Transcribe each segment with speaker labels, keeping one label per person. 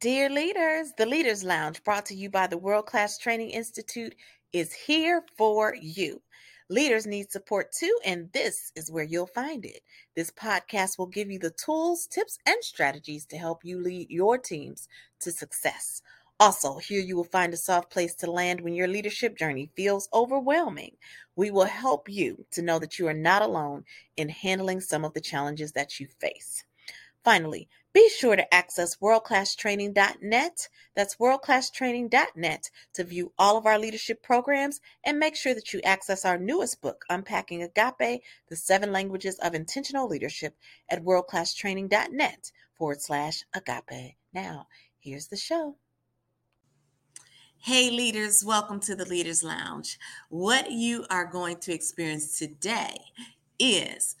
Speaker 1: Dear leaders, the Leaders Lounge, brought to you by the World Class Training Institute, is here for you. Leaders need support too, and this is where you'll find it. This podcast will give you the tools, tips, and strategies to help you lead your teams to success. Also, here you will find a soft place to land when your leadership journey feels overwhelming. We will help you to know that you are not alone in handling some of the challenges that you face. Finally, be sure to access worldclasstraining.net. That's worldclasstraining.net to view all of our leadership programs and make sure that you access our newest book, Unpacking Agape The Seven Languages of Intentional Leadership, at worldclasstraining.net forward slash agape. Now, here's the show. Hey, leaders, welcome to the Leaders Lounge. What you are going to experience today is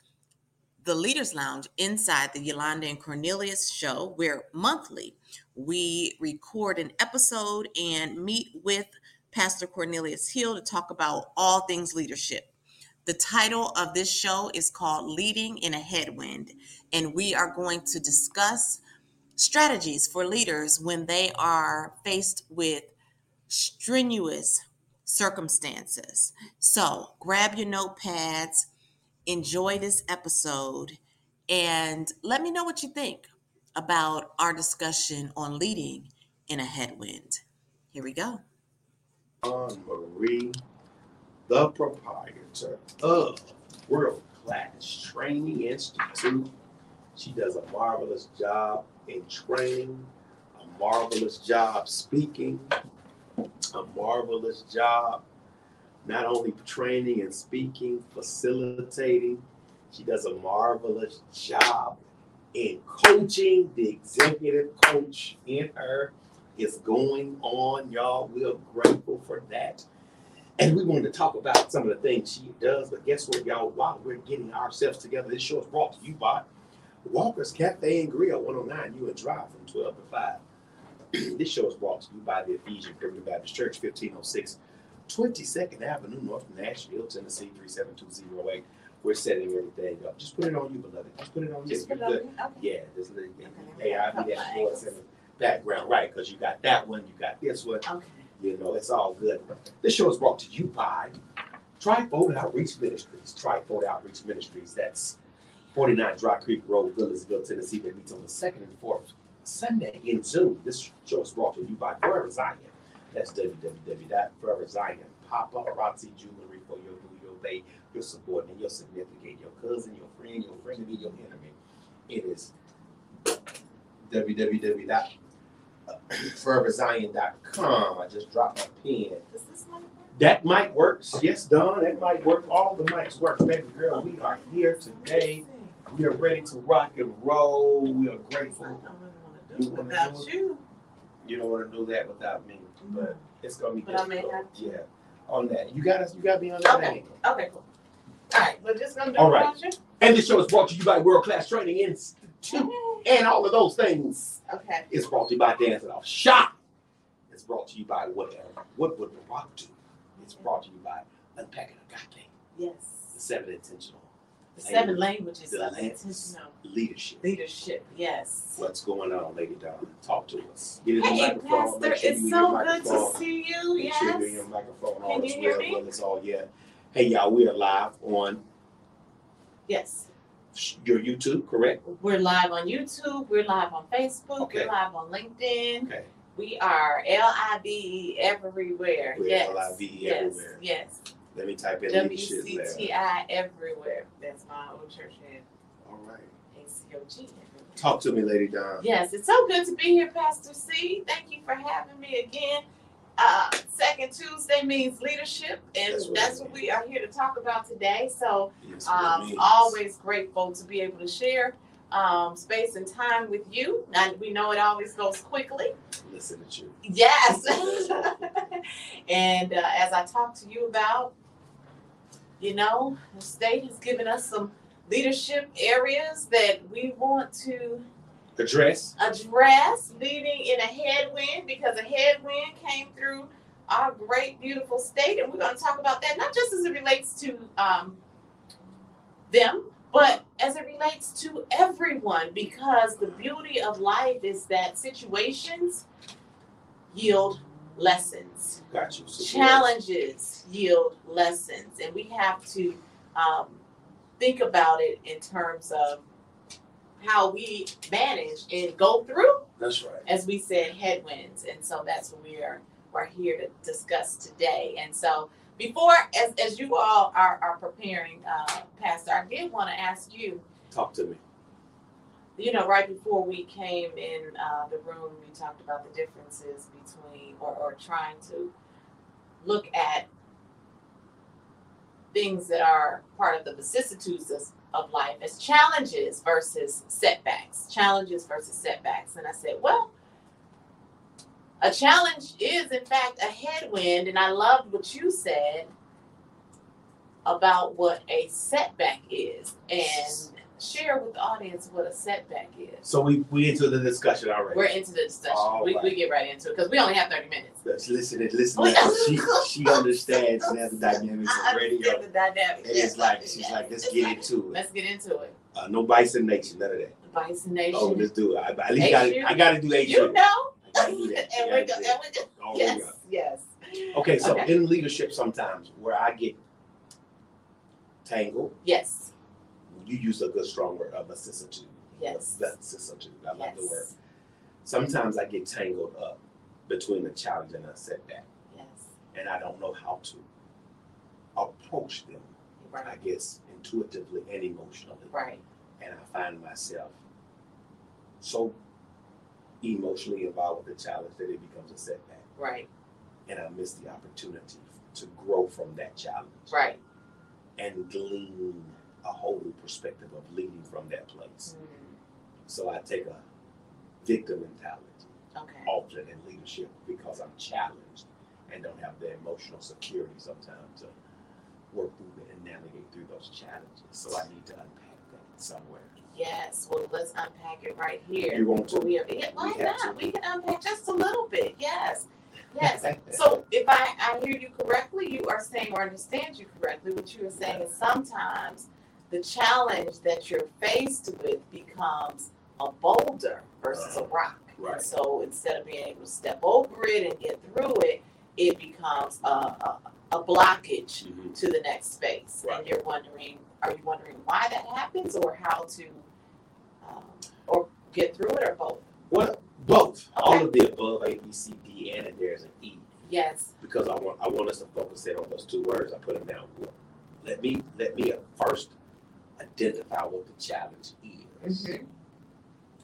Speaker 1: the Leaders Lounge inside the Yolanda and Cornelius show, where monthly we record an episode and meet with Pastor Cornelius Hill to talk about all things leadership. The title of this show is called Leading in a Headwind, and we are going to discuss strategies for leaders when they are faced with strenuous circumstances. So grab your notepads enjoy this episode and let me know what you think about our discussion on leading in a headwind. Here we go.
Speaker 2: John Marie, the proprietor of World Class Training Institute. She does a marvelous job in training, a marvelous job speaking, a marvelous job not only training and speaking, facilitating, she does a marvelous job in coaching. The executive coach in her is going on, y'all. We are grateful for that. And we wanted to talk about some of the things she does, but guess what, y'all? While we're getting ourselves together, this show is brought to you by Walker's Cafe and Grill, 109 U and Drive from 12 to 5. this show is brought to you by the Ephesian Primitive Baptist Church, 1506 22nd Avenue, North Nashville, Tennessee, 37208. We're setting everything up. Just put it on you, beloved. Just put it on you.
Speaker 3: Just
Speaker 2: You're
Speaker 3: below
Speaker 2: good.
Speaker 3: me? Okay.
Speaker 2: Yeah, this little
Speaker 3: Okay.
Speaker 2: hey, I'll be that voice in the background, right? Because you got that one, you got this one,
Speaker 3: Okay.
Speaker 2: you know, it's all good. This show is brought to you by Trifold Outreach Ministries. Trifold Outreach Ministries, that's 49 Dry Creek Road, Millersville, Tennessee. That meets on the second and fourth Sunday in June. This show is brought to you by Forever Zion. That's www.foreverzionpaparazzi jewelry for your boo, your bae, your subordinate, your significant, your cousin, your friend, your friend, and your enemy. It is www.foreverzion.com. I just dropped my pen.
Speaker 3: Does this one work?
Speaker 2: That mic works. Yes, Don, that mic works. All the mics work. Baby girl, we are here today. We are ready to rock and roll. We are
Speaker 3: I
Speaker 2: grateful.
Speaker 3: don't really
Speaker 2: You wanna
Speaker 3: want to do it without
Speaker 2: do
Speaker 3: you.
Speaker 2: You don't want to do that without me, but it's gonna be
Speaker 3: Mm-hmm. But I may
Speaker 2: difficult.
Speaker 3: have to.
Speaker 2: Yeah, on that. You gotta, you gotta be on that
Speaker 3: Okay.
Speaker 2: angle.
Speaker 3: Okay, cool. All right, we're just gonna do it
Speaker 2: All right.
Speaker 3: without you?
Speaker 2: And this show is brought to you by World Class Training Institute and all of those things.
Speaker 3: Okay.
Speaker 2: It's brought to you by Dancing Off Shop. It's brought to you by what? uh, What would the rock do? It's brought to you by Unpacking Agape, the
Speaker 3: Yes.
Speaker 2: Seven Intentional
Speaker 3: The seven languages
Speaker 2: The
Speaker 3: of
Speaker 2: lands.
Speaker 3: intentional
Speaker 2: Leadership.
Speaker 3: leadership, yes.
Speaker 2: What's going on, Lady Don? Talk to us. Get in the
Speaker 3: Hey,
Speaker 2: microphone.
Speaker 3: Pastor,
Speaker 2: Make sure you
Speaker 3: it's
Speaker 2: in your
Speaker 3: so good
Speaker 2: microphone.
Speaker 3: to see you,
Speaker 2: Make sure you're in
Speaker 3: yes.
Speaker 2: your microphone.
Speaker 3: Can
Speaker 2: All is
Speaker 3: you hear
Speaker 2: well,
Speaker 3: me?
Speaker 2: well, it's all yeah. Hey y'all, we are live on
Speaker 3: Yes,
Speaker 2: sh- your YouTube, correct?
Speaker 3: we're live on YouTube, we're live on Facebook,
Speaker 2: Okay.
Speaker 3: we're live on LinkedIn.
Speaker 2: Okay.
Speaker 3: We are L-I-V-E E everywhere,
Speaker 2: We're
Speaker 3: yes.
Speaker 2: LIVE
Speaker 3: yes,
Speaker 2: E everywhere.
Speaker 3: Yes,
Speaker 2: Let me type in leadership lab.
Speaker 3: WCTI everywhere, that's my old church name.
Speaker 2: All right.
Speaker 3: ACOG.
Speaker 2: Talk to me, Lady Don.
Speaker 3: Yes, it's so good to be here, Pastor C. Thank you for having me again. Uh, second Tuesday means leadership, and
Speaker 2: That's
Speaker 3: that's
Speaker 2: what
Speaker 3: what,
Speaker 2: it
Speaker 3: we are here to talk about today. So,
Speaker 2: Yes, what it
Speaker 3: um,
Speaker 2: means.
Speaker 3: always grateful to be able to share um, space and time with you. And we know it always goes quickly.
Speaker 2: Listen to you.
Speaker 3: Yes. and uh, as I talked to you about, you know, the state has given us some leadership areas that we want to
Speaker 2: Address.
Speaker 3: address leading in a headwind because a headwind came through our great, beautiful state. And we're going to talk about that not just as it relates to um, them, but as it relates to everyone, because the beauty of life is that situations yield lessons
Speaker 2: Got you. Sister Rose.
Speaker 3: challenges yield lessons and we have to um, think about it in terms of how we manage and go through
Speaker 2: That's right.
Speaker 3: as we said headwinds and so that's what we are we're here to discuss today and so before as, as you all are, are preparing uh, pastor i did want to ask you
Speaker 2: Talk to me.
Speaker 3: you know, right before we came in uh, the room, we talked about the differences between, or, or trying to look at things that are part of the vicissitudes of, of life as challenges versus setbacks. Challenges versus setbacks. And I said, well, a challenge is, in fact, a headwind. And I loved what you said about what a setback is. And share with the audience what a setback is.
Speaker 2: So we we into the discussion already.
Speaker 3: We're into the discussion.
Speaker 2: All
Speaker 3: we, we
Speaker 2: right.
Speaker 3: get right into it because we only have 30 minutes.
Speaker 2: Let's listen and listen.
Speaker 3: Wait.
Speaker 2: now. She she understands now the dynamics
Speaker 3: Oh, I
Speaker 2: of radio.
Speaker 3: understand the dynamic.
Speaker 2: And it's like she's like, let's get into it.
Speaker 3: Let's get into it.
Speaker 2: Uh, no bison nation, none of that.
Speaker 3: Vice Nation.
Speaker 2: Oh, let's do it. I, at least
Speaker 3: Asian.
Speaker 2: gotta, I gotta do
Speaker 3: you
Speaker 2: Asian.
Speaker 3: know.
Speaker 2: I gotta
Speaker 3: and we
Speaker 2: do
Speaker 3: go,
Speaker 2: that.
Speaker 3: and
Speaker 2: I
Speaker 3: we
Speaker 2: gotta do that.
Speaker 3: go.
Speaker 2: Oh,
Speaker 3: Yes,
Speaker 2: yeah.
Speaker 3: yes.
Speaker 2: Okay, so
Speaker 3: Okay.
Speaker 2: in leadership, sometimes where I get tangled,
Speaker 3: Yes,
Speaker 2: you used a good strong word, a vicissitude.
Speaker 3: yes.
Speaker 2: A vicissitude. I like the
Speaker 3: yes.
Speaker 2: word. Sometimes I get tangled up between a challenge and a setback,
Speaker 3: Yes.
Speaker 2: and I don't know how to approach them. I
Speaker 3: Right.
Speaker 2: guess intuitively and emotionally,
Speaker 3: Right.
Speaker 2: and I find myself so emotionally involved with the challenge that it becomes a setback.
Speaker 3: Right.
Speaker 2: and I miss the opportunity to grow from that challenge
Speaker 3: Right.
Speaker 2: and glean a whole new perspective of leading from that place.
Speaker 3: Mm,
Speaker 2: So I take a victim mentality
Speaker 3: Okay.
Speaker 2: often in leadership because I'm challenged and don't have the emotional security sometimes to work through and navigate through those challenges. So I need to unpack that somewhere.
Speaker 3: Yes. Well, let's unpack it right here.
Speaker 2: You want
Speaker 3: So
Speaker 2: to?
Speaker 3: we have, yeah, why
Speaker 2: We have
Speaker 3: not? We can unpack just a little bit. Yes. Yes. So if I, I hear you correctly, you are saying or understand you correctly, what you are saying is sometimes the challenge that you're faced with becomes a boulder versus a rock.
Speaker 2: Right.
Speaker 3: So instead of being able to step over it and get through it, it becomes a, a, a blockage
Speaker 2: Mhm.
Speaker 3: to the next space.
Speaker 2: Right.
Speaker 3: And you're wondering, are you wondering why that happens or how to um, or get through it or both?
Speaker 2: Well, both. All
Speaker 3: Okay.
Speaker 2: of the above, A, B, C, D, and there's an E.
Speaker 3: Yes.
Speaker 2: because I want I want us to focus in on those two words. I put them down. Let me let me first identify what the challenge is, and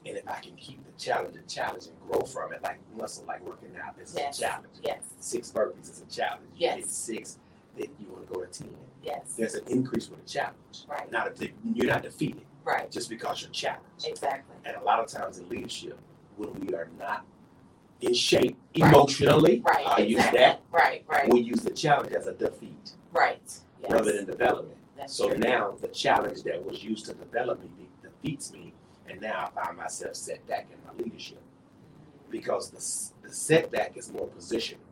Speaker 2: if I can keep the challenge a challenge and grow from it, like muscle, like working out, this
Speaker 3: Yes.
Speaker 2: is a challenge.
Speaker 3: Yes.
Speaker 2: Six burpees is a challenge. You
Speaker 3: Yes.
Speaker 2: get six, then you want to go to ten.
Speaker 3: Yes.
Speaker 2: There's an increase with a challenge.
Speaker 3: Right.
Speaker 2: Not a de- you're not defeated
Speaker 3: Right.
Speaker 2: just because you're challenged.
Speaker 3: Exactly.
Speaker 2: And a lot of times in leadership, when we are not in shape emotionally,
Speaker 3: Right.
Speaker 2: I use
Speaker 3: exactly.
Speaker 2: that.
Speaker 3: Right. Right.
Speaker 2: We use the challenge as a defeat
Speaker 3: Right. Yes.
Speaker 2: rather than development.
Speaker 3: That's
Speaker 2: So
Speaker 3: true.
Speaker 2: now the challenge that was used to develop me defeats me, and now I find myself set back in my leadership because the, s- the setback is more positional.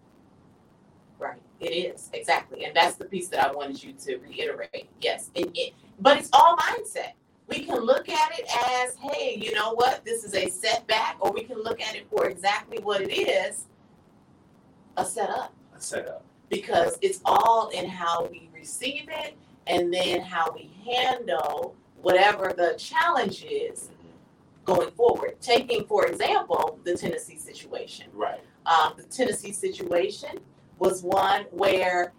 Speaker 3: Right. It is exactly, and that's the piece that I wanted you to reiterate. Yes, and it, but it's all mindset. We can look at it as, hey, you know what? This is a setback, or we can look at it for exactly what it is, a setup.
Speaker 2: A setup.
Speaker 3: because it's all in how we receive it and then how we handle whatever the challenge is
Speaker 2: Mm-hmm.
Speaker 3: going forward. Taking, for example, the Tennessee situation.
Speaker 2: Right.
Speaker 3: Um, the Tennessee situation was one where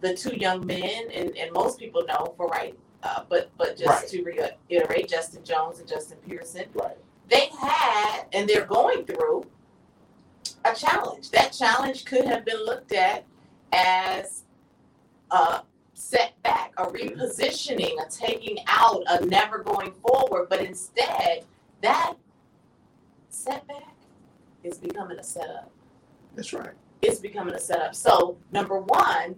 Speaker 3: the two young men, and, and most people know for right, uh, but but just
Speaker 2: Right.
Speaker 3: to reiterate, Justin Jones and Justin Pearson
Speaker 2: Right.
Speaker 3: they had and they're going through a challenge. That challenge could have been looked at as a setback, a repositioning, a taking out, a never going forward. But instead, that setback is becoming a setup.
Speaker 2: That's right.
Speaker 3: It's becoming a setup. So, number one,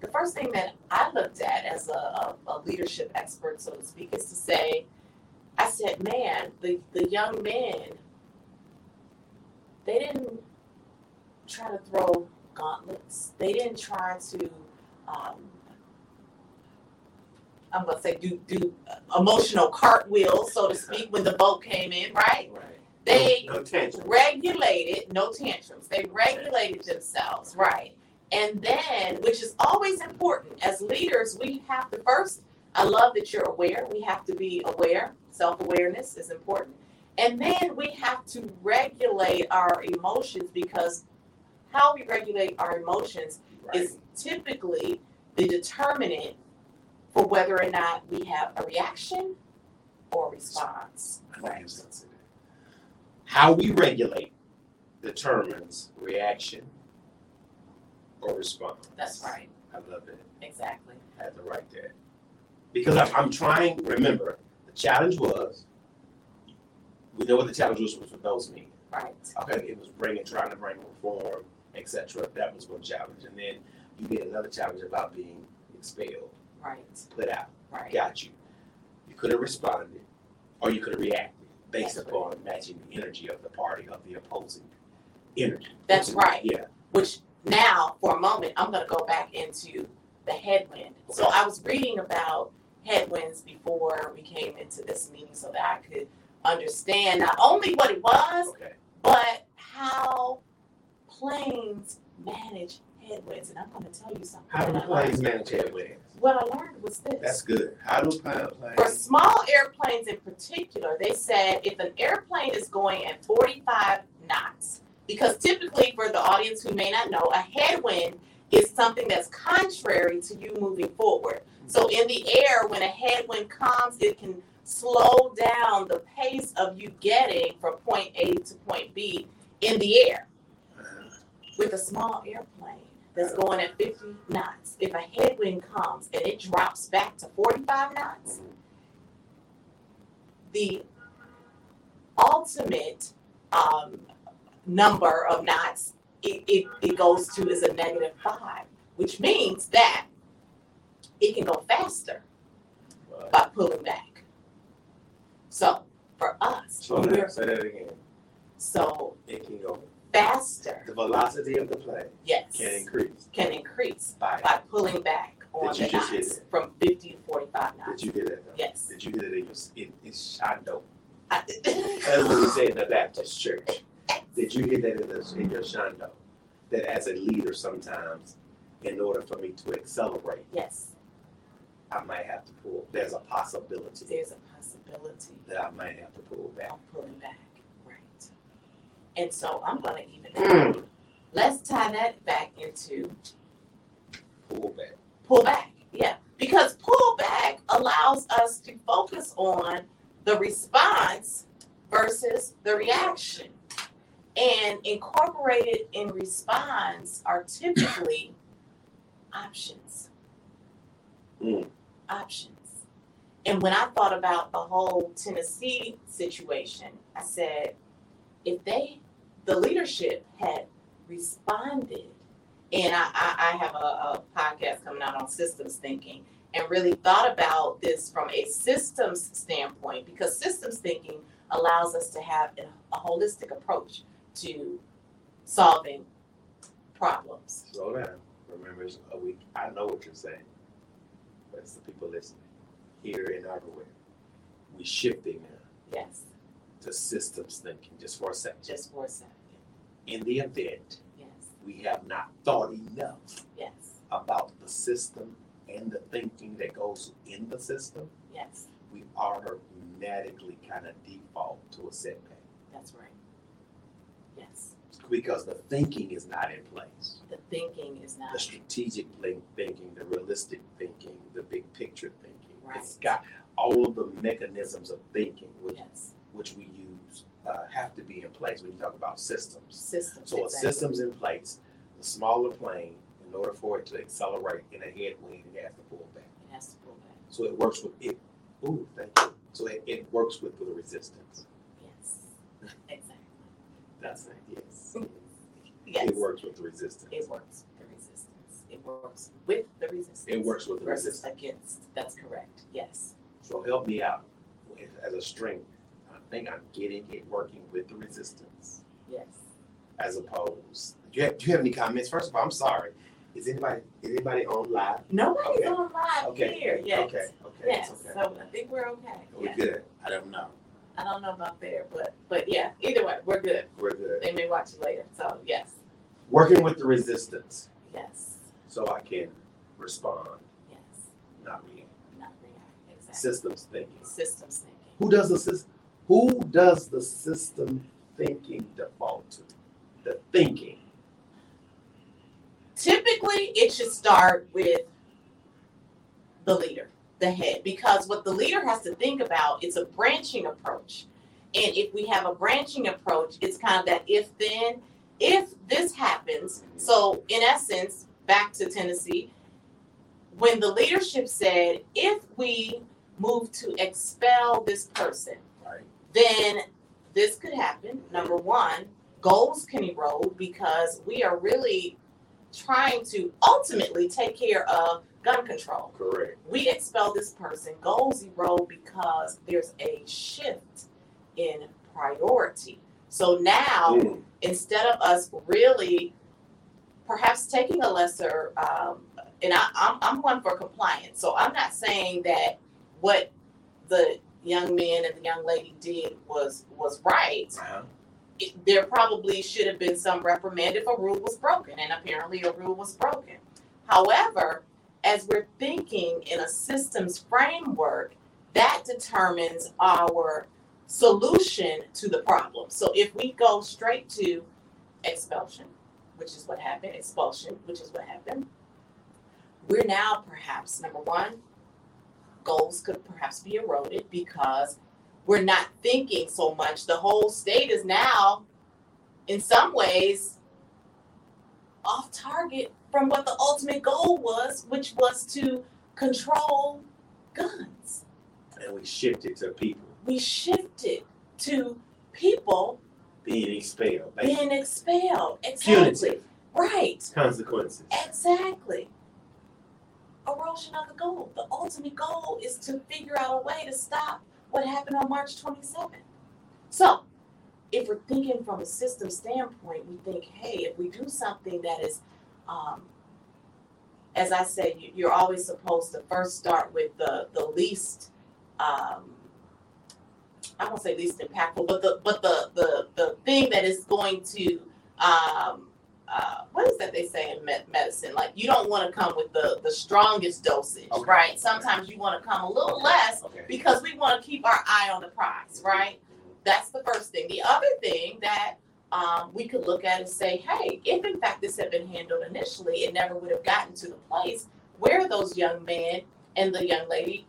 Speaker 3: the first thing that I looked at as a, a, a leadership expert, so to speak, is to say, I said, man, the, the young men, they didn't try to throw gauntlets. They didn't try to um, I'm gonna say do do emotional cartwheels, so to speak, when the boat came in, right?
Speaker 2: Right.
Speaker 3: They
Speaker 2: No tension.
Speaker 3: regulated, no tantrums. They regulated themselves, right? And then, which is always important as leaders, we have to first, I love that you're aware. We have to be aware. Self awareness is important. And then we have to regulate our emotions because how we regulate our emotions
Speaker 2: Right.
Speaker 3: is typically the determinant for whether or not we have a reaction or response.
Speaker 2: I like his sense of it. How we regulate determines reaction or response.
Speaker 3: That's right.
Speaker 2: I love it.
Speaker 3: Exactly.
Speaker 2: I had to write that. Because I'm, I'm trying, remember, the challenge was, we know what the challenge was, was with those meetings.
Speaker 3: Right.
Speaker 2: Okay, it was bringing, trying to bring reform, etc. That was one challenge. And then you did another challenge about being expelled,
Speaker 3: Right.
Speaker 2: put out.
Speaker 3: Right.
Speaker 2: Got you. You could have responded, or you could have reacted based
Speaker 3: That's
Speaker 2: upon matching the energy of the party of the opposing energy.
Speaker 3: That's right.
Speaker 2: Yeah.
Speaker 3: Which now, for a moment, I'm going to go back into the headwind. So I was reading about headwinds before we came into this meeting so that I could understand not only what it was,
Speaker 2: Okay.
Speaker 3: but how planes manage headwinds. And I'm going to tell you something.
Speaker 2: How do
Speaker 3: that I learned.
Speaker 2: planes manage headwinds?
Speaker 3: What I learned was this.
Speaker 2: That's good. How do planes?
Speaker 3: For small airplanes in particular, they said if an airplane is going at 45 knots, because typically for the audience who may not know, a headwind is something that's contrary to you moving forward. So in the air, when a headwind comes, it can slow down the pace of you getting from point A to point B in the air with a small airplane that's going at 50 knots, if a headwind comes and it drops back to 45 knots, the ultimate um, number of knots it, it, it goes to is a negative five, which means that it can go faster
Speaker 2: Right.
Speaker 3: by pulling back. So for us,
Speaker 2: Slow down.
Speaker 3: we're
Speaker 2: Say that again.
Speaker 3: so
Speaker 2: It can go.
Speaker 3: faster,
Speaker 2: The velocity of the plane
Speaker 3: yes,
Speaker 2: can increase
Speaker 3: can increase.
Speaker 2: by.
Speaker 3: by pulling back on
Speaker 2: Did you
Speaker 3: the
Speaker 2: just hit
Speaker 3: knots
Speaker 2: it?
Speaker 3: from 50 to 45
Speaker 2: Did
Speaker 3: knots.
Speaker 2: you hear that? though?
Speaker 3: yes.
Speaker 2: Did you hear that? It was. It, it's shando.
Speaker 3: I-
Speaker 2: That's what we say in the Baptist church. Did you hear that in, the, in your shando? That as a leader, sometimes, in order for me to accelerate,
Speaker 3: yes,
Speaker 2: I might have to pull. There's a possibility
Speaker 3: there's a possibility
Speaker 2: that I might have to pull back.
Speaker 3: of pulling back. Right. And so I'm going to even,
Speaker 2: Mm.
Speaker 3: let's tie that back into
Speaker 2: Pull back.
Speaker 3: pull back. Yeah. Because pull back allows us to focus on the response versus the reaction. And incorporated in response are typically options.
Speaker 2: Mm.
Speaker 3: Options. And when I thought about the whole Tennessee situation, I said, if they, the leadership had responded, and I, I, I have a, a podcast coming out on systems thinking and really thought about this from a systems standpoint because systems thinking allows us to have a, a holistic approach to solving problems.
Speaker 2: Slow down. Remember, it's a week. I know what you're saying. But it's the people listening here and everywhere. We shifting now
Speaker 3: Yes,
Speaker 2: to systems thinking just for a second.
Speaker 3: just for a second.
Speaker 2: in the event
Speaker 3: Yes,
Speaker 2: we have not thought enough
Speaker 3: yes,
Speaker 2: about the system and the thinking that goes in the system,
Speaker 3: yes.
Speaker 2: we automatically kind of default to a setback
Speaker 3: That's right. Yes,
Speaker 2: because the thinking is not in place.
Speaker 3: the thinking is not
Speaker 2: The strategic link thinking, the realistic thinking, the big picture thinking. It's
Speaker 3: Right.
Speaker 2: got all of the mechanisms of thinking which,
Speaker 3: yes
Speaker 2: which we use uh, have to be in place when you talk about systems.
Speaker 3: system.
Speaker 2: So a
Speaker 3: exactly.
Speaker 2: system's in place, the smaller plane, in order for it to accelerate in a headwind, it has to pull back.
Speaker 3: It has to pull back.
Speaker 2: So it works with it. Ooh, thank you. So it, it works with the resistance.
Speaker 3: Yes, exactly.
Speaker 2: That's it. Yes.
Speaker 3: Yes.
Speaker 2: It works with the resistance.
Speaker 3: It works with the resistance. It works with the resistance.
Speaker 2: It works with the
Speaker 3: versus
Speaker 2: resistance.
Speaker 3: against. That's correct. Yes.
Speaker 2: So help me out as a string. I think I'm getting it working with the resistance
Speaker 3: Yes.
Speaker 2: as opposed. Do you have, do you have any comments? First of all, I'm sorry. Is anybody is anybody on live?
Speaker 3: Nobody's
Speaker 2: Okay.
Speaker 3: on live
Speaker 2: Okay.
Speaker 3: here yet.
Speaker 2: Okay. Okay.
Speaker 3: Yes,
Speaker 2: it's okay.
Speaker 3: so I think we're okay.
Speaker 2: We
Speaker 3: Yeah.
Speaker 2: good. I don't know.
Speaker 3: I don't know about there, but but yeah, either way, we're good.
Speaker 2: We're good.
Speaker 3: They may watch it later. So yes,
Speaker 2: Working with the resistance,
Speaker 3: yes,
Speaker 2: so I can respond,
Speaker 3: yes.
Speaker 2: not react.
Speaker 3: Not react. Exactly.
Speaker 2: Systems thinking.
Speaker 3: Systems thinking.
Speaker 2: Who does the system? Who does the system thinking default to? The thinking.
Speaker 3: typically it should start with the leader the head because what the leader has to think about it's a branching approach and if we have a branching approach it's kind of that if then if this happens so in essence back to tennessee when the leadership said if we move to expel this person
Speaker 2: Right.
Speaker 3: then this could happen. Number one, goals can erode because we are really trying to ultimately take care of gun control.
Speaker 2: Correct.
Speaker 3: We expel this person, goals erode because there's a shift in priority. So now,
Speaker 2: Mm.
Speaker 3: instead of us really perhaps taking a lesser um, and I, I'm, I'm one for compliance so i'm not saying that what the young men and the young lady did was was right
Speaker 2: Uh-huh.
Speaker 3: It- there probably should have been some reprimand if a rule was broken and apparently a rule was broken however as we're thinking in a systems framework that determines our solution to the problem so if we go straight to expulsion which is what happened, expulsion, which is what happened. We're now perhaps, number one, goals could perhaps be eroded because we're not thinking so much. The whole state is now, in some ways, off target from what the ultimate goal was, which was to control guns.
Speaker 2: And we shifted to people
Speaker 3: We shifted to people
Speaker 2: being expelled, basically.
Speaker 3: being expelled. Exactly.
Speaker 2: punitive
Speaker 3: Right.
Speaker 2: consequences.
Speaker 3: Exactly. Erosion of the goal. The ultimate goal is to figure out a way to stop what happened on March 27th. So, if we're thinking from a system standpoint, we think, hey, if we do something that is, um, as I said, you- you're always supposed to first start with the the least. Um, I won't say least impactful, but the but the the the thing that is going to um, uh, what is that they say in med- medicine? Like you don't want to come with the the strongest dosage,
Speaker 2: Okay.
Speaker 3: right? Sometimes you want to come a little less
Speaker 2: Okay.
Speaker 3: because we want to keep our eye on the prize, right? That's the first thing. The other thing that um, we could look at and say, hey, if in fact this had been handled initially, it never would have gotten to the place where those young men and the young lady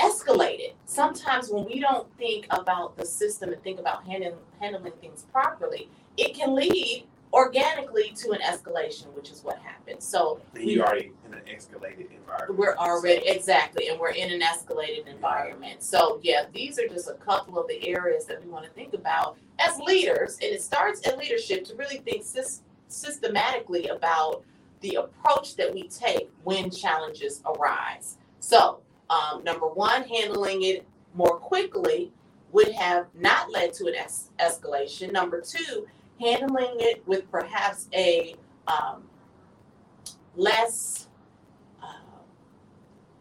Speaker 3: escalated. Sometimes when we don't think about the system and think about handling, handling things properly, it can lead organically to an escalation, which is what happened. So
Speaker 2: Then you already in an escalated environment.
Speaker 3: we're already exactly, and we're in an escalated environment. So yeah, these are just a couple of the areas that we want to think about as leaders, and it starts in leadership to really think sys- systematically about the approach that we take when challenges arise. So um, number one, handling it more quickly would have not led to an es- escalation. Number two, handling it with perhaps a um, less uh,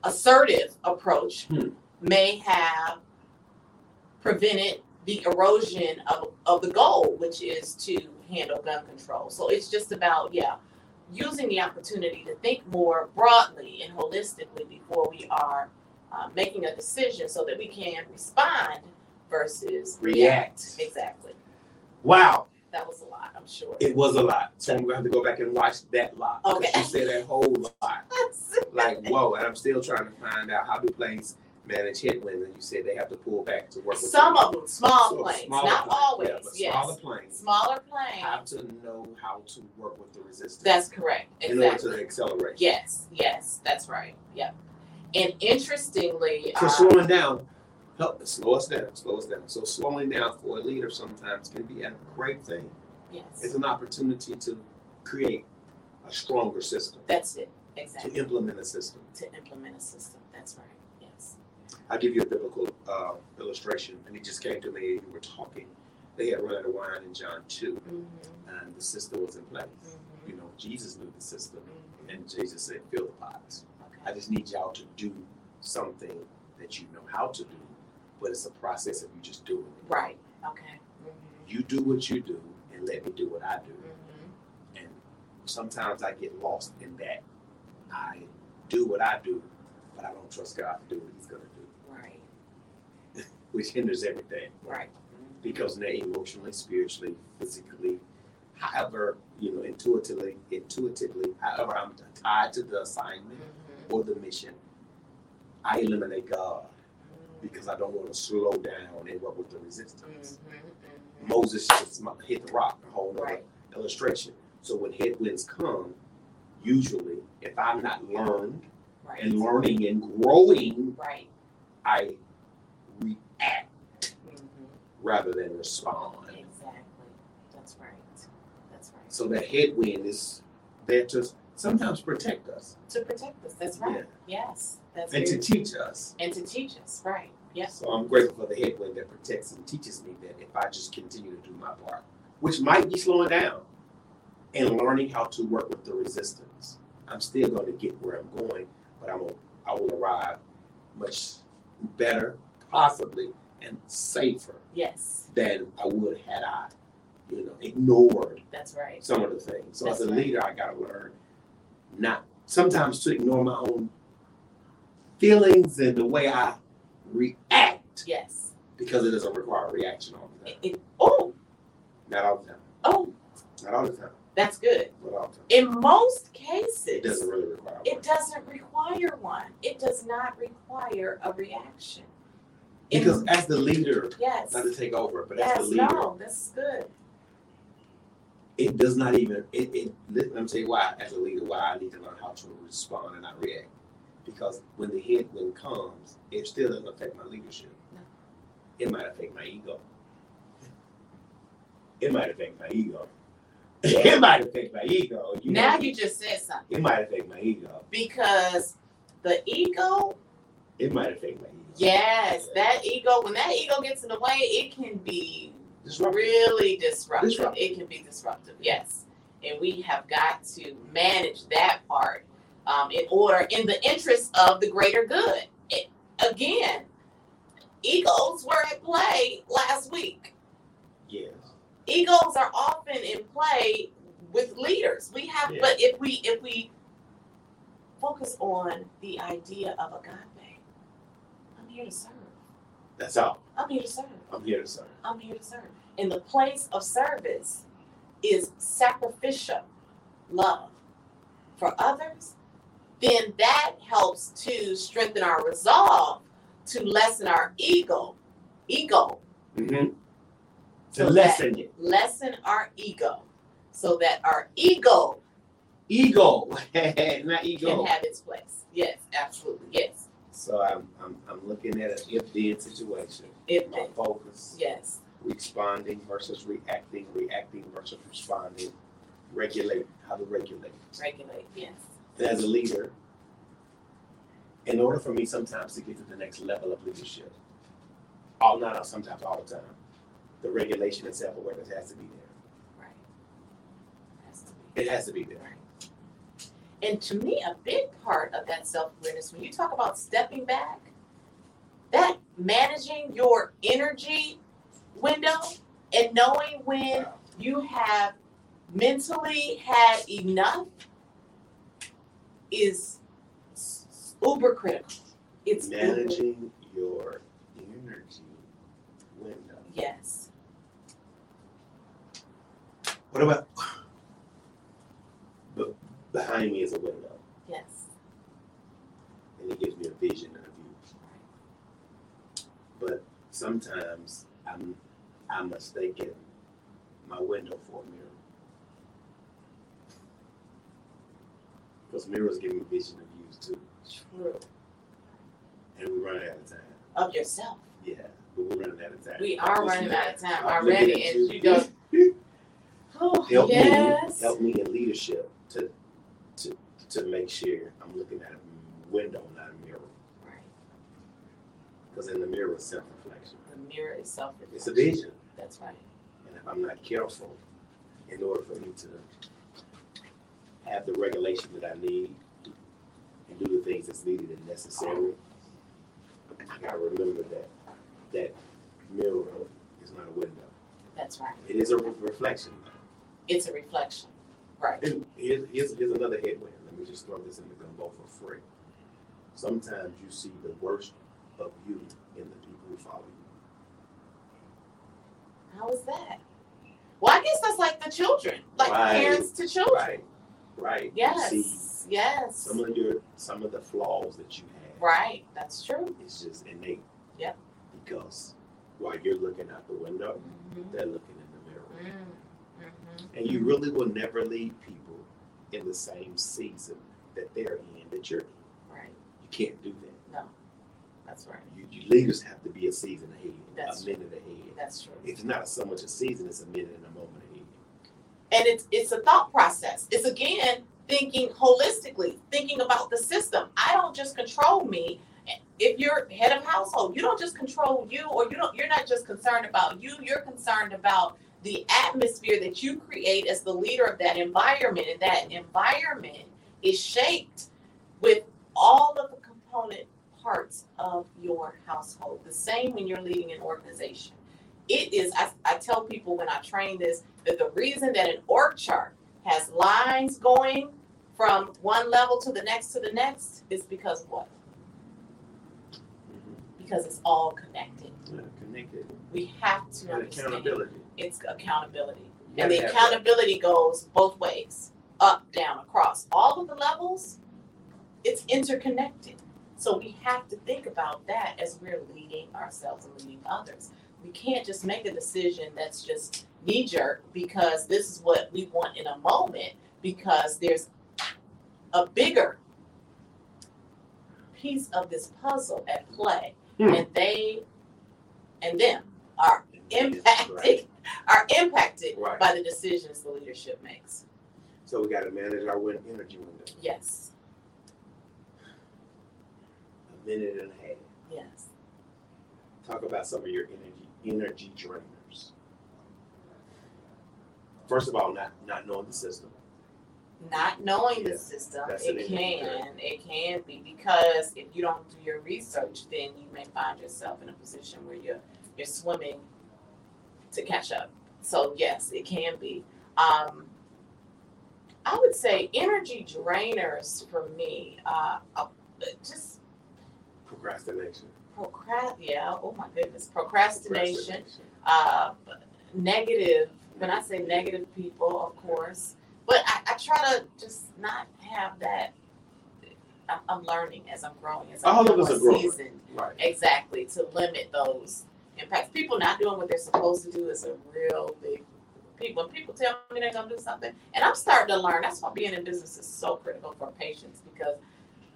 Speaker 3: assertive approach
Speaker 2: Hmm.
Speaker 3: may have prevented the erosion of, of the goal, which is to handle gun control. So it's just about, yeah, using the opportunity to think more broadly and holistically before we are uh, making a decision so that we can respond versus
Speaker 2: React.
Speaker 3: Exactly.
Speaker 2: Wow,
Speaker 3: That was a lot, I'm sure.
Speaker 2: it was a lot. So we have to go back and watch that lot. 'cause
Speaker 3: Okay.
Speaker 2: She said that whole lot. Like whoa, and I'm still trying to find out how do planes manage headwinds. And you said they have to pull back to work with
Speaker 3: Some
Speaker 2: them.
Speaker 3: of them, small
Speaker 2: So
Speaker 3: planes,
Speaker 2: smaller
Speaker 3: not
Speaker 2: planes,
Speaker 3: always.
Speaker 2: Yeah, but
Speaker 3: yes,
Speaker 2: smaller planes
Speaker 3: smaller planes.
Speaker 2: have to know how to work with the resistance.
Speaker 3: That's correct.
Speaker 2: in order to
Speaker 3: Exactly.
Speaker 2: accelerate.
Speaker 3: Yes, yes, that's right. Yep. And interestingly,
Speaker 2: So
Speaker 3: uh,
Speaker 2: slowing down, help slow us down, slow us down. So slowing down for a leader sometimes can be a great thing. It's
Speaker 3: uh, yes,
Speaker 2: an opportunity to create a stronger system,
Speaker 3: that's it.
Speaker 2: to
Speaker 3: Exactly.
Speaker 2: implement a system.
Speaker 3: To implement a system. That's right. Yes.
Speaker 2: I'll give you a biblical uh, illustration, and it just came to me. We were talking. They had run out of wine in John 2,
Speaker 3: Mm-hmm.
Speaker 2: and the sister was in place.
Speaker 3: Mm-hmm.
Speaker 2: You know, Jesus knew the system, and Jesus said, "Fill the pots."
Speaker 3: mm-hmm,
Speaker 2: I just need y'all to do something that you know how to do, but it's a process of you just doing it.
Speaker 3: Right. Okay. Mhm.
Speaker 2: You do what you do, and let me do what I do.
Speaker 3: Mhm.
Speaker 2: And sometimes I get lost in that. I do what I do, but I don't trust God to do what He's going to do,
Speaker 3: Right.
Speaker 2: which hinders everything.
Speaker 3: Right.
Speaker 2: because they're emotionally, spiritually, physically, however, you know, intuitively, intuitively, however I'm tied to the assignment
Speaker 3: Mhm.
Speaker 2: or the mission, I eliminate God
Speaker 3: Mhm.
Speaker 2: because I don't want to slow down and what with the resistance.
Speaker 3: Mhm.
Speaker 2: Moses just sm- hit the rock, a whole nother
Speaker 3: mm-hmm. Right.
Speaker 2: illustration. So when headwinds come, usually if I'm not learned
Speaker 3: Right.
Speaker 2: and learning and growing,
Speaker 3: Right.
Speaker 2: I react
Speaker 3: Mhm.
Speaker 2: rather than respond.
Speaker 3: Exactly. That's right. That's right.
Speaker 2: So that headwind is there to sometimes protect us
Speaker 3: To protect us. That's
Speaker 2: Yeah.
Speaker 3: right. Yes. That's
Speaker 2: and to
Speaker 3: very-
Speaker 2: teach us.
Speaker 3: and to teach us. Right. Yes.
Speaker 2: So I'm grateful for the headwind that protects and teaches me that if I just continue to do my part, which might be slowing down and learning how to work with the resistance, I'm still going to get where I'm going, but I'm gonna- I will arrive much better, possibly, and safer
Speaker 3: Yes.
Speaker 2: than I would had I, you know, ignored
Speaker 3: That's right.
Speaker 2: some of the things. So as
Speaker 3: That's
Speaker 2: a
Speaker 3: right.
Speaker 2: leader, I gotta learn not sometimes to ignore my own feelings and the way I react
Speaker 3: Yes.
Speaker 2: because it doesn't require a reaction all the
Speaker 3: It,
Speaker 2: time.
Speaker 3: it, oh,
Speaker 2: Not all the time.
Speaker 3: oh,
Speaker 2: Not all the time.
Speaker 3: that's good.
Speaker 2: Not all the time.
Speaker 3: In most
Speaker 2: It doesn't
Speaker 3: cases,
Speaker 2: really require.
Speaker 3: it doesn't require one. It does not require a reaction. In-
Speaker 2: because as the leader,
Speaker 3: yes.
Speaker 2: not to take over, but as
Speaker 3: Yes.
Speaker 2: the leader,
Speaker 3: No, that's good.
Speaker 2: it does not even. It, it let me tell you why. As a leader, why I need to learn how to respond and not react. Because when the headwind comes, it still doesn't affect my leadership.
Speaker 3: No.
Speaker 2: It might affect my ego. It might affect my ego. It might affect my ego. You
Speaker 3: Now
Speaker 2: know?
Speaker 3: you just said something
Speaker 2: it might affect my ego.
Speaker 3: because the ego
Speaker 2: It might affect my ego.
Speaker 3: Yes, that ego, when that ego gets in the way, it can be
Speaker 2: Disruptive.
Speaker 3: really disruptive.
Speaker 2: Disruptive.
Speaker 3: It can be disruptive, yes. And we have got to manage that part um, in order, in the interest of the greater good. It, again, egos were at play last week.
Speaker 2: Yes.
Speaker 3: Egos are often in play with leaders. We have,
Speaker 2: Yeah.
Speaker 3: but if we if we focus on the idea of agape, I'm here to serve.
Speaker 2: That's all.
Speaker 3: I'm here to serve.
Speaker 2: I'm here to serve.
Speaker 3: I'm here to serve. And the place of service is sacrificial love for others. Then that helps to strengthen our resolve to lessen our ego, ego,
Speaker 2: Mm-hmm.
Speaker 3: So
Speaker 2: To lessen it.
Speaker 3: lessen our ego, so that our ego
Speaker 2: Ego. not ego.
Speaker 3: can have its place. Yes, absolutely. Yes,
Speaker 2: So I'm, I'm, I'm looking at an if then situation.
Speaker 3: If
Speaker 2: My
Speaker 3: then.
Speaker 2: focus,
Speaker 3: yes,
Speaker 2: responding versus reacting, reacting versus responding, regulate, how to regulate.
Speaker 3: regulate. Yes,
Speaker 2: And as a leader, in order for me sometimes to get to the next level of leadership, all not sometimes all the time, the regulation and self awareness has to be there.
Speaker 3: right. Has to be.
Speaker 2: It has to be there.
Speaker 3: And to me, a big part of that self awareness, when you talk about stepping back, that managing your energy window and knowing when
Speaker 2: Wow.
Speaker 3: you have mentally had enough is s- uber critical. It's uber-
Speaker 2: Managing your energy window.
Speaker 3: Yes.
Speaker 2: What about but behind me is a window?
Speaker 3: Yes.
Speaker 2: and it gives me a vision and a view. But sometimes I'm I'm mistaken my window for a mirror. Because mirrors give me vision and views too.
Speaker 3: True.
Speaker 2: And we're running out of time.
Speaker 3: Of yourself.
Speaker 2: Yeah. But we're running out of time.
Speaker 3: We are
Speaker 2: Listen,
Speaker 3: running out of time
Speaker 2: I'm looking
Speaker 3: already,
Speaker 2: at
Speaker 3: and you don't. Oh,
Speaker 2: help me
Speaker 3: yes.
Speaker 2: help me in leadership to to to make sure I'm looking at a window, not a mirror.
Speaker 3: Right.
Speaker 2: Because in the mirror is self reflection.
Speaker 3: The mirror is self
Speaker 2: It's a vision.
Speaker 3: That's right.
Speaker 2: And if I'm not careful, in order for me to have the regulation that I need and do the things that's needed and necessary. I gotta remember that, that mirror is not a window.
Speaker 3: That's right.
Speaker 2: It is a re- reflection.
Speaker 3: It's a reflection. Right.
Speaker 2: And here's, here's, here's another headwind. Let me just throw this in the gumbo for free. Sometimes you see the worst of you in the people who follow you.
Speaker 3: How is that? Well, I guess that's like the children, like
Speaker 2: Right.
Speaker 3: parents to children.
Speaker 2: Right. Right. You see
Speaker 3: Yes. Yes.
Speaker 2: some of your some of the flaws that you have.
Speaker 3: Right. That's true.
Speaker 2: It's just innate.
Speaker 3: Yep.
Speaker 2: Because while you're looking out the window, they're looking in the mirror.
Speaker 3: Mm-hmm.
Speaker 2: And you really will never lead people in the same season that they're in that you're in.
Speaker 3: Right.
Speaker 2: You can't do that.
Speaker 3: That's right.
Speaker 2: You, you leaders have to be a season ahead,
Speaker 3: That's
Speaker 2: a minute ahead.
Speaker 3: That's true.
Speaker 2: It's not so much a season, it's a minute and a moment ahead.
Speaker 3: And it's it's a thought process. It's again thinking holistically, thinking about the system. I don't just control me. If you're head of household, you don't just control you, or you don't. You're not just concerned about you. You're concerned about the atmosphere that you create as the leader of that environment, and that environment is shaped with all of the component parts of your household. The same when you're leading an organization. It is. I, I tell people when I train this that the reason that an org chart has lines going from one level to the next to the next is because what? Because it's all connected.
Speaker 2: Yeah, connected.
Speaker 3: We have to
Speaker 2: And
Speaker 3: understand
Speaker 2: accountability.
Speaker 3: it's accountability.
Speaker 2: You
Speaker 3: And
Speaker 2: gotta
Speaker 3: the
Speaker 2: have
Speaker 3: accountability goes both ways up, down, across all of the levels. It's interconnected. So we have to think about that as we're leading ourselves and leading others. We can't just make a decision that's just knee jerk because this is what we want in a moment, because there's a bigger piece of this puzzle at play.
Speaker 2: Hmm.
Speaker 3: And they and them are
Speaker 2: that. Right.
Speaker 3: impacted are impacted
Speaker 2: Right.
Speaker 3: by the decisions the leadership makes.
Speaker 2: So we gotta manage our win- energy window.
Speaker 3: Yes.
Speaker 2: A minute and a half.
Speaker 3: Yes.
Speaker 2: talk about some of your energy energy drainers. First of all, not not knowing the system.
Speaker 3: Not knowing
Speaker 2: Yeah,
Speaker 3: the system,
Speaker 2: that's an
Speaker 3: it
Speaker 2: issue.
Speaker 3: can it can be because if you don't do your research, then you may find yourself in a position where you're you're swimming to catch up. So yes, it can be. Um, I would say energy drainers for me. Uh, uh, just
Speaker 2: Procrastination.
Speaker 3: procrast. Yeah. Oh my goodness. Procrastination. uh, negative. When I say negative people, of course, but I, I try to just not have that. I'm, I'm learning as I'm growing. As I'm
Speaker 2: All of
Speaker 3: becoming
Speaker 2: us are
Speaker 3: more
Speaker 2: growing.
Speaker 3: seasoned,
Speaker 2: Right.
Speaker 3: exactly to limit those impacts. People not doing what they're supposed to do is a real big. People, when people tell me they're gonna do something, and I'm starting to learn. That's why being in business is so critical for patience because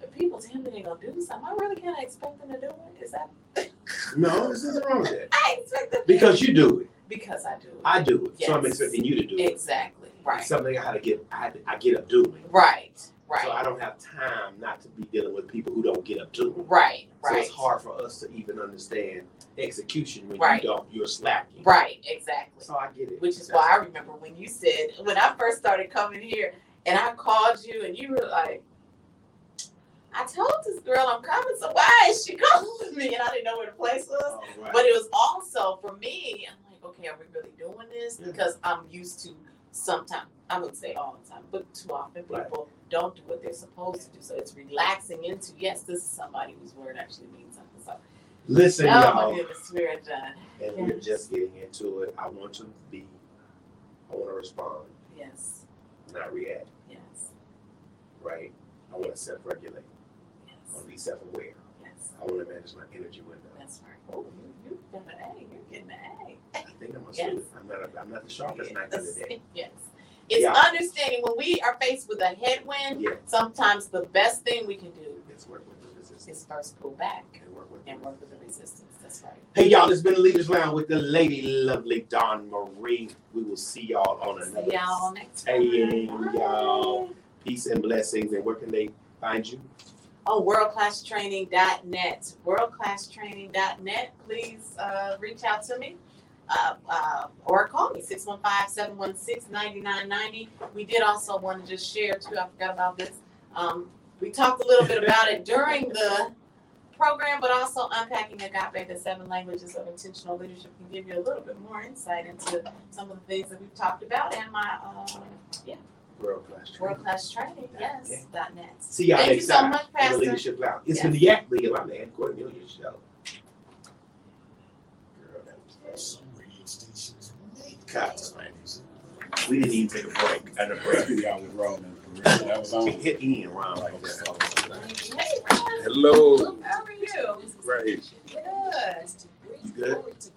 Speaker 3: if people tell me they're gonna do something, I really kind of expect them to do it. Is that
Speaker 2: No, there's nothing wrong with that.
Speaker 3: I expect them
Speaker 2: Because you do it.
Speaker 3: because I do it.
Speaker 2: I do it. So I'm
Speaker 3: Yes.
Speaker 2: expecting you to do it.
Speaker 3: Exactly. Right.
Speaker 2: It's something I gotta get I, had to- I get up doing.
Speaker 3: right. Right.
Speaker 2: So I don't have time not to be dealing with people who don't get up doing.
Speaker 3: right.
Speaker 2: So
Speaker 3: Right.
Speaker 2: it's hard for us to even understand execution when
Speaker 3: Right.
Speaker 2: you don't. You're slacking.
Speaker 3: Right. Exactly.
Speaker 2: So I get it.
Speaker 3: Which is why I remember when you said when I first started coming here and I called you and you were like, "I told this girl I'm coming, so why is she calling me?" And I didn't know where the place was.
Speaker 2: Oh, right.
Speaker 3: But it was also for me, I'm like, okay, are we really doing this?
Speaker 2: Yeah.
Speaker 3: Because I'm used to sometimes, I wouldn't say all the time, but too often people
Speaker 2: Right.
Speaker 3: don't do what they're supposed to do. So it's relaxing into, yes, this is somebody whose word actually means something. So,
Speaker 2: Listen,
Speaker 3: oh
Speaker 2: y'all.
Speaker 3: my goodness, we're done.
Speaker 2: and we're
Speaker 3: Yes.
Speaker 2: just getting into it. I want to be, I want to respond,
Speaker 3: Yes,
Speaker 2: not react,
Speaker 3: yes,
Speaker 2: right? I want to self regulate. I
Speaker 3: yes,
Speaker 2: want to be self aware.
Speaker 3: yes.
Speaker 2: I want to manage my energy window.
Speaker 3: That's right. Oh, you, you got an A. You're getting an
Speaker 2: I think I'm a
Speaker 3: Yes.
Speaker 2: student. I'm not, a, I'm not the sharpest knife in the day.
Speaker 3: A. yes. It's
Speaker 2: Yeah.
Speaker 3: understanding when we are faced with a headwind,
Speaker 2: Yeah,
Speaker 3: sometimes the best thing we can do
Speaker 2: let's work with the resistance
Speaker 3: is first pull back.
Speaker 2: and work with
Speaker 3: and
Speaker 2: it.
Speaker 3: work with the resistance. That's right.
Speaker 2: Hey, y'all, it's been the Leaders Round with the lady, lovely Don Marie. We will see y'all on another.
Speaker 3: See y'all next time.
Speaker 2: Hey,
Speaker 3: Bye.
Speaker 2: y'all. Peace and blessings. And where can they find you?
Speaker 3: Oh, worldclasstraining.net. Worldclasstraining.net. Please uh, reach out to me. uh, uh, or call me 615-716-9990. We did also want to just share too. I forgot about this. Um, we talked a little bit about it during the program, but also unpacking agape, the seven languages of intentional leadership, can give you a little bit more insight into some of the things that we've talked about and my uh,
Speaker 2: World class training.
Speaker 3: world class training. Yes, dot net.
Speaker 2: See y'all
Speaker 3: Thank you
Speaker 2: next
Speaker 3: so
Speaker 2: time
Speaker 3: much,
Speaker 2: on the
Speaker 3: Pastor.
Speaker 2: Leadership Lounge. It's
Speaker 3: Yeah.
Speaker 2: been the Yak League and my man Cornelia Show. Girl, that was
Speaker 4: Some radio stations make
Speaker 2: God.
Speaker 4: gospel music.
Speaker 2: awesome. We didn't even take a break. And a break.
Speaker 4: Three hours wrong. That was on.
Speaker 2: Hit me and Ron like that.
Speaker 3: Hey, Ron,
Speaker 5: Hello.
Speaker 3: how are you?
Speaker 5: Right.
Speaker 3: Good.
Speaker 2: You good?